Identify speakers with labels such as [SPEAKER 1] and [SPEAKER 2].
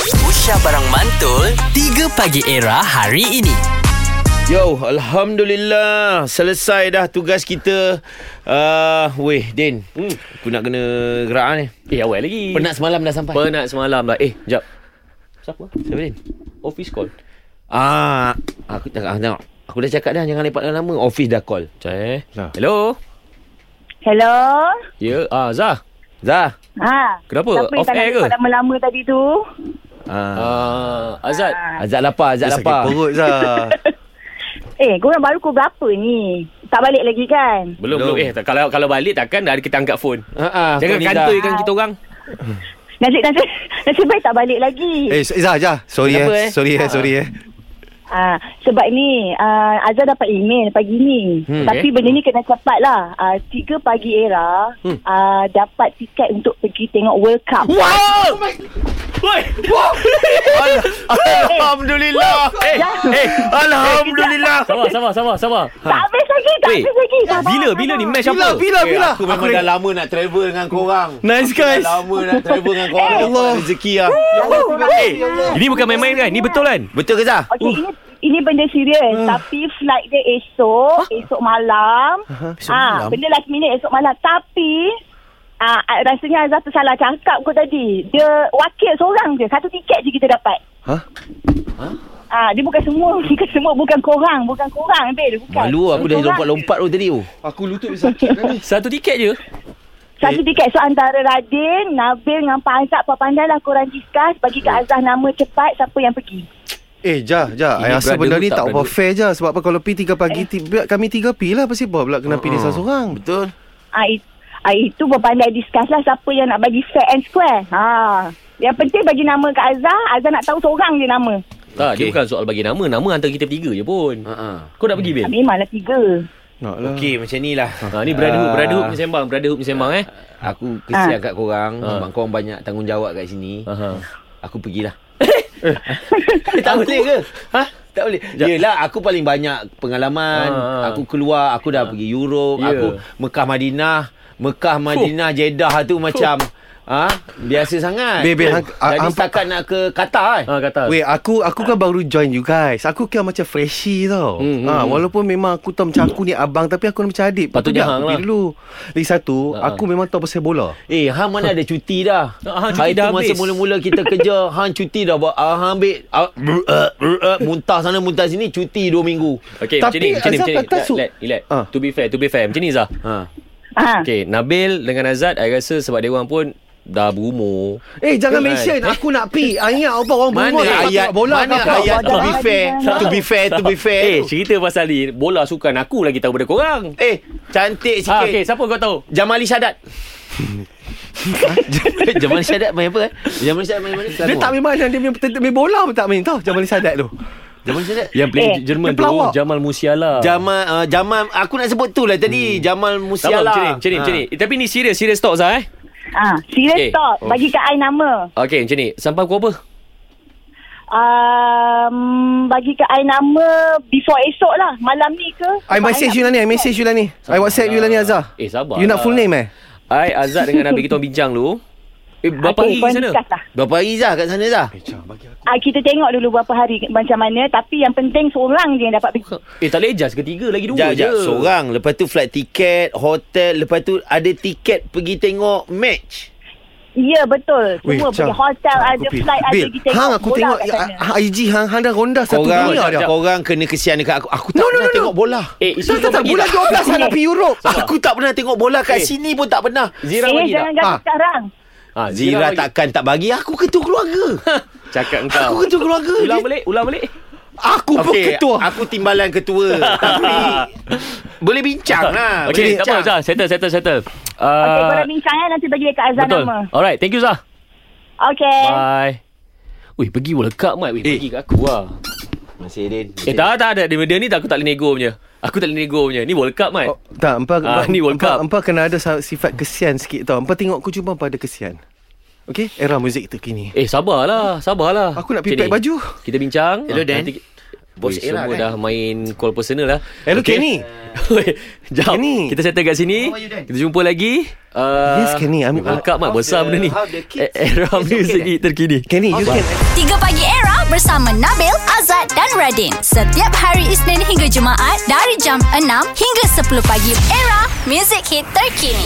[SPEAKER 1] Aisyah Barang Mantul 3 Pagi Era hari ini
[SPEAKER 2] Yo, Alhamdulillah Selesai dah tugas kita uh, Weh, Din hmm. Aku nak kena gerak ah, ni
[SPEAKER 3] Eh awal lagi
[SPEAKER 2] Penat semalam dah sampai
[SPEAKER 3] Penat semalam lah Eh jap Siapa?
[SPEAKER 2] Siapa Din?
[SPEAKER 3] Office call
[SPEAKER 2] Ah, aku tengok, ah, tengok Aku dah cakap dah Jangan lepak lama Office dah call
[SPEAKER 3] Macam eh
[SPEAKER 2] Zah.
[SPEAKER 3] Hello
[SPEAKER 4] Hello.
[SPEAKER 3] Ya yeah. ah, Zah
[SPEAKER 2] Zah
[SPEAKER 4] Ha.
[SPEAKER 3] Kenapa?
[SPEAKER 4] Siapa yang
[SPEAKER 3] Off
[SPEAKER 4] tak nak
[SPEAKER 3] air ke?
[SPEAKER 4] lepak lama-lama tadi tu?
[SPEAKER 2] ah.
[SPEAKER 3] ah, Azad
[SPEAKER 2] Azad lapar Azad lapar
[SPEAKER 5] Zah
[SPEAKER 4] Eh, korang baru pukul berapa ni? Tak balik lagi kan?
[SPEAKER 3] belum, belum Eh tak, kalau kalau balik takkan Dah kita angkat phone
[SPEAKER 2] Ah, ah,
[SPEAKER 3] Jangan
[SPEAKER 2] kau ni,
[SPEAKER 3] kantoi
[SPEAKER 2] Zah.
[SPEAKER 3] kan kita orang
[SPEAKER 4] Nasib nasib nasib baik tak balik lagi.
[SPEAKER 5] Eh Zah Zah Sorry
[SPEAKER 2] Kenapa, eh?
[SPEAKER 5] eh Sorry eh Sorry eh
[SPEAKER 4] Ha, sebab ni uh, Azhar dapat email pagi ni. Hmm,
[SPEAKER 2] Hmm,
[SPEAKER 3] eh.
[SPEAKER 4] Tapi benda ni kena cepat lah. Uh, 3 pagi era hmm. uh, dapat tiket untuk pergi tengok World Cup.
[SPEAKER 3] Wow Woi
[SPEAKER 2] Ah,
[SPEAKER 5] Alhamdulillah
[SPEAKER 3] Eh
[SPEAKER 2] ya.
[SPEAKER 3] eh
[SPEAKER 5] Alhamdulillah
[SPEAKER 3] Sabar sabar sabar sabar
[SPEAKER 4] Tak habis lagi, tak
[SPEAKER 3] Weh,
[SPEAKER 4] habis lagi. Sabar,
[SPEAKER 3] Ha. Bila bila
[SPEAKER 4] sabar.
[SPEAKER 3] ni match apa?
[SPEAKER 5] Bila
[SPEAKER 3] Ya.
[SPEAKER 5] bila
[SPEAKER 2] Eh,
[SPEAKER 5] bila
[SPEAKER 2] Aku memang dah lama nak travel dengan korang
[SPEAKER 3] Nice guys
[SPEAKER 2] Lama nak travel dengan korang Allah Rezeki lah
[SPEAKER 3] Eh ini bukan main-main kan Ini betul kan
[SPEAKER 2] Betul ke Zah?
[SPEAKER 4] Okey, ini ini benda serius.
[SPEAKER 2] Uh.
[SPEAKER 4] Tapi flight dia esok, esok malam.
[SPEAKER 2] esok malam?
[SPEAKER 4] Ah, benda last minute esok malam. Tapi ah rasanya Azhar tersalah cakap kot tadi. Dia wakil seorang je. Satu tiket je kita dapat.
[SPEAKER 5] Hah?
[SPEAKER 4] Ah, dia bukan semua, bukan semua, bukan korang, bukan korang, Bil, bukan.
[SPEAKER 2] Malu aku dah
[SPEAKER 4] Korang.
[SPEAKER 2] lompat-lompat tu tadi oh. tu
[SPEAKER 5] Aku lutut sakit kan
[SPEAKER 3] Satu tiket je
[SPEAKER 4] Satu tiket. So, antara Radin, Nabil dengan Pak Azhar, Pak Pandai lah korang discuss. Bagi
[SPEAKER 2] Oh.
[SPEAKER 4] kat Azhar nama cepat siapa yang pergi.
[SPEAKER 5] Eh Jah Jah
[SPEAKER 3] Ini
[SPEAKER 5] I rasa
[SPEAKER 3] brotherhood
[SPEAKER 5] benda ni
[SPEAKER 3] tak
[SPEAKER 5] tak apa
[SPEAKER 3] brotherhood.
[SPEAKER 5] fair Jah Sebab apa kalau pergi 3 pagi ti- biar Kami 3 pergi lah Pasti apa pula kena pilih
[SPEAKER 2] Uh-uh.
[SPEAKER 5] salah seorang
[SPEAKER 2] Betul
[SPEAKER 4] Ah, it, ah, itu berpandai discuss lah siapa yang nak bagi fair and square. Ha. Yang penting bagi nama kat Azhar, Azhar nak tahu seorang je nama.
[SPEAKER 3] Tak
[SPEAKER 2] Okey.
[SPEAKER 3] dia bukan soal bagi nama Nama antara kita bertiga je pun
[SPEAKER 2] uh-uh.
[SPEAKER 3] Kau nak pergi Bil?
[SPEAKER 4] Memanglah tiga.
[SPEAKER 5] Nak lah
[SPEAKER 2] Okey macam ni lah
[SPEAKER 3] Ha, ni brotherhood,
[SPEAKER 2] Ah.
[SPEAKER 3] brotherhood punya sembang, brotherhood punya sembang eh.
[SPEAKER 2] Aku kesian
[SPEAKER 4] Ah.
[SPEAKER 2] kat korang
[SPEAKER 3] Ah.
[SPEAKER 2] Sebab korang banyak tanggungjawab kat sini
[SPEAKER 3] Aha.
[SPEAKER 2] Aku pergilah
[SPEAKER 3] Eh,
[SPEAKER 2] Tak boleh ke?
[SPEAKER 3] Ha?
[SPEAKER 2] Tak boleh Yelah aku paling banyak pengalaman
[SPEAKER 3] Ah.
[SPEAKER 2] Aku keluar Aku dah pergi Europe
[SPEAKER 3] Ya.
[SPEAKER 2] Aku Mekah Madinah Mekah Madinah Jeddah tu macam ha? Biasa sangat
[SPEAKER 5] Babe, babe, hang-
[SPEAKER 2] Jadi
[SPEAKER 5] hang-
[SPEAKER 2] setakat nak ke Qatar eh
[SPEAKER 3] Ha kata.
[SPEAKER 5] Weh aku aku kan baru join you guys Aku kira macam freshie tau
[SPEAKER 3] Hmm,
[SPEAKER 5] hmm,
[SPEAKER 3] hmm,
[SPEAKER 5] ha, Walaupun memang aku tahu macam aku ni abang Tapi aku macam adik
[SPEAKER 3] Patutnya
[SPEAKER 5] Aku
[SPEAKER 3] hang
[SPEAKER 5] pergi
[SPEAKER 3] lah.
[SPEAKER 5] dulu Lagi satu
[SPEAKER 3] Ha, ha.
[SPEAKER 5] Aku memang tahu pasal bola
[SPEAKER 2] Eh, hang mana ada cuti dah.
[SPEAKER 3] Ah, hang cuti
[SPEAKER 2] Hari
[SPEAKER 3] dah
[SPEAKER 2] tu masa
[SPEAKER 3] habis.
[SPEAKER 2] mula-mula kita kerja, hang cuti dah buat. Ah, hang ambil ah, brr, ah, brr, ah, muntah sana muntah sini cuti 2 minggu.
[SPEAKER 3] Okey,
[SPEAKER 5] Tapi
[SPEAKER 3] macam ni, macam ni, macam
[SPEAKER 5] Azhar
[SPEAKER 3] ni.
[SPEAKER 5] kata
[SPEAKER 3] Relax,
[SPEAKER 5] su-
[SPEAKER 3] relax, relax.
[SPEAKER 5] Ah.
[SPEAKER 3] To be fair, to be fair. Macam ni Zah.
[SPEAKER 2] Ha.
[SPEAKER 4] Ha.
[SPEAKER 3] Okey, Nabil dengan Azad, I rasa sebab dia orang pun dah berumur.
[SPEAKER 5] Eh jangan
[SPEAKER 3] Kan?
[SPEAKER 5] mention Aku nak pi Ayat apa orang
[SPEAKER 2] Mana
[SPEAKER 5] berumur nak
[SPEAKER 2] ayat
[SPEAKER 5] tengok bola
[SPEAKER 2] Mana
[SPEAKER 5] kau.
[SPEAKER 2] ayat to
[SPEAKER 4] kau-
[SPEAKER 2] be
[SPEAKER 4] kau-
[SPEAKER 2] fair,
[SPEAKER 4] kau-
[SPEAKER 2] to be fair, to be fair.
[SPEAKER 3] Eh,
[SPEAKER 2] Eh,
[SPEAKER 3] cerita pasal ni, bola sukan aku lagi tahu daripada korang.
[SPEAKER 2] eh cantik
[SPEAKER 3] Ha, okey,
[SPEAKER 2] sikit.
[SPEAKER 3] siapa kau tahu?
[SPEAKER 2] Jamali Syadat. Jamali Syadat main apa eh? Jamali Syadat main mana?
[SPEAKER 5] Dia tak main mana Dia main, dia main bola pun tak main tau Jamal Sadat tu
[SPEAKER 2] Jamali Syadat.
[SPEAKER 3] Yang
[SPEAKER 4] play Eh,
[SPEAKER 3] Jerman
[SPEAKER 5] dia pelawak.
[SPEAKER 3] Jamal Musiala.
[SPEAKER 2] Jamal uh, Jamal aku nak sebut tu lah tadi. Jamal
[SPEAKER 3] Sabar,
[SPEAKER 2] Musiala. Ha.
[SPEAKER 3] macam ni, macam ni, macam ni. Eh, Tapi ni serius, serius talk Zah eh.
[SPEAKER 4] Ha. Serius
[SPEAKER 3] Okey.
[SPEAKER 4] okay. talk. Bagi kat I nama.
[SPEAKER 3] Okey, macam ni. Sampai kau apa?
[SPEAKER 4] Um, bagi kat I nama before esok lah. Malam ni ke?
[SPEAKER 5] I message you lah ni I message you lah ni I WhatsApp you lah ni Azhar
[SPEAKER 3] Eh, sabar.
[SPEAKER 5] You nak full name eh
[SPEAKER 3] I, Azad dengan Nabil kita orang bincang dulu. Eh, berapa hari
[SPEAKER 4] Okey, korang
[SPEAKER 3] di sana?
[SPEAKER 4] discuss lah.
[SPEAKER 2] Berapa hari Zah kat sana Zah?
[SPEAKER 5] Eh,
[SPEAKER 4] Ah, kita tengok dulu berapa hari macam mana. Tapi yang penting seorang je yang dapat pergi.
[SPEAKER 3] Eh tak boleh adjust ketiga lagi dua
[SPEAKER 2] Jap,
[SPEAKER 3] je.
[SPEAKER 2] jap. Seorang. Lepas tu flight tiket, hotel. Lepas tu ada tiket pergi tengok match.
[SPEAKER 4] Ya, betul.
[SPEAKER 5] Weh,
[SPEAKER 4] Semua pergi
[SPEAKER 5] Chang,
[SPEAKER 4] hotel
[SPEAKER 5] Chang,
[SPEAKER 4] ada,
[SPEAKER 5] aku pi-
[SPEAKER 4] flight ada.
[SPEAKER 5] Bil,
[SPEAKER 4] Pergi tengok
[SPEAKER 5] Hang aku
[SPEAKER 4] bola
[SPEAKER 5] tengok
[SPEAKER 4] kat sana.
[SPEAKER 5] ah, IG Hang Hang dah ronda satu
[SPEAKER 2] Korang,
[SPEAKER 5] dunia dia
[SPEAKER 2] korang kena kesian dekat aku. Aku tak
[SPEAKER 5] No, no,
[SPEAKER 2] pernah
[SPEAKER 5] no, no.
[SPEAKER 2] tengok bola.
[SPEAKER 3] Eh, isu
[SPEAKER 5] Tak tak tak Bulan 12 Hang nak pergi Europe
[SPEAKER 2] Aku tak pernah tengok bola kat
[SPEAKER 3] Eh.
[SPEAKER 2] sini pun tak pernah.
[SPEAKER 3] Zira
[SPEAKER 4] Eh,
[SPEAKER 3] bagi
[SPEAKER 4] jangan
[SPEAKER 3] tak?
[SPEAKER 4] gaduh
[SPEAKER 5] Ah.
[SPEAKER 4] sekarang.
[SPEAKER 3] Ha,
[SPEAKER 2] Zira takkan tak bagi aku ketua keluarga.
[SPEAKER 3] Cakap
[SPEAKER 2] aku
[SPEAKER 3] engkau.
[SPEAKER 2] ketua keluarga.
[SPEAKER 3] Ulang balik, ulang balik.
[SPEAKER 5] Aku pun
[SPEAKER 2] Okey,
[SPEAKER 5] ketua
[SPEAKER 2] Aku timbalan ketua. Tapi boleh bincang lah.
[SPEAKER 3] Okey,
[SPEAKER 2] Boleh
[SPEAKER 3] tak apa
[SPEAKER 2] bincang.
[SPEAKER 3] Zah. Settle, settle, settle. Uh,
[SPEAKER 4] Okey, korang bincang eh. Nanti bagi dekat Azhar
[SPEAKER 3] Betul. Ah.
[SPEAKER 4] nama. Eh.
[SPEAKER 3] Alright, thank you Zah.
[SPEAKER 4] Okey.
[SPEAKER 3] Bye. Weh, pergi World Cup, Mat. Weh,
[SPEAKER 2] Eh.
[SPEAKER 3] pergi kat aku lah.
[SPEAKER 2] Masih Din.
[SPEAKER 3] Eh, tak, tak ada. Benda ni tak, aku tak boleh nego punya. Aku tak boleh nego punya. Ni World Cup, Mat.
[SPEAKER 5] Oh, tak, empa,
[SPEAKER 3] Ah,
[SPEAKER 5] empa,
[SPEAKER 3] ni World
[SPEAKER 5] empa,
[SPEAKER 3] Cup.
[SPEAKER 5] empa kena ada sa- sifat kesian sikit tau. Empa tengok aku cuma pada kesian. Okey, era muzik terkini.
[SPEAKER 3] Eh, sabarlah. Sabarlah.
[SPEAKER 5] Aku nak
[SPEAKER 3] Macam
[SPEAKER 5] pipet
[SPEAKER 3] ni.
[SPEAKER 5] baju.
[SPEAKER 3] Kita bincang. Ah,
[SPEAKER 2] Hello, Dan.
[SPEAKER 3] nanti-
[SPEAKER 2] Bos
[SPEAKER 3] Weh,
[SPEAKER 2] Era
[SPEAKER 3] Semua
[SPEAKER 2] kan?
[SPEAKER 3] dah main call personal lah
[SPEAKER 5] Hello, Kenny.
[SPEAKER 3] Weh, Jom
[SPEAKER 5] Kenny.
[SPEAKER 3] Kita settle kat sini Kita jumpa lagi uh,
[SPEAKER 5] Yes, Kenny, I'm-
[SPEAKER 3] Lengkap mat Besar benda ni Eh,
[SPEAKER 2] how the kids-
[SPEAKER 3] Era music hit terkini
[SPEAKER 5] Kenny, you can
[SPEAKER 4] 3 Pagi Era bersama Nabil, Azad dan Radin. Setiap hari Isnin hingga Jumaat dari jam 6 hingga 10 pagi. Era, music hit terkini.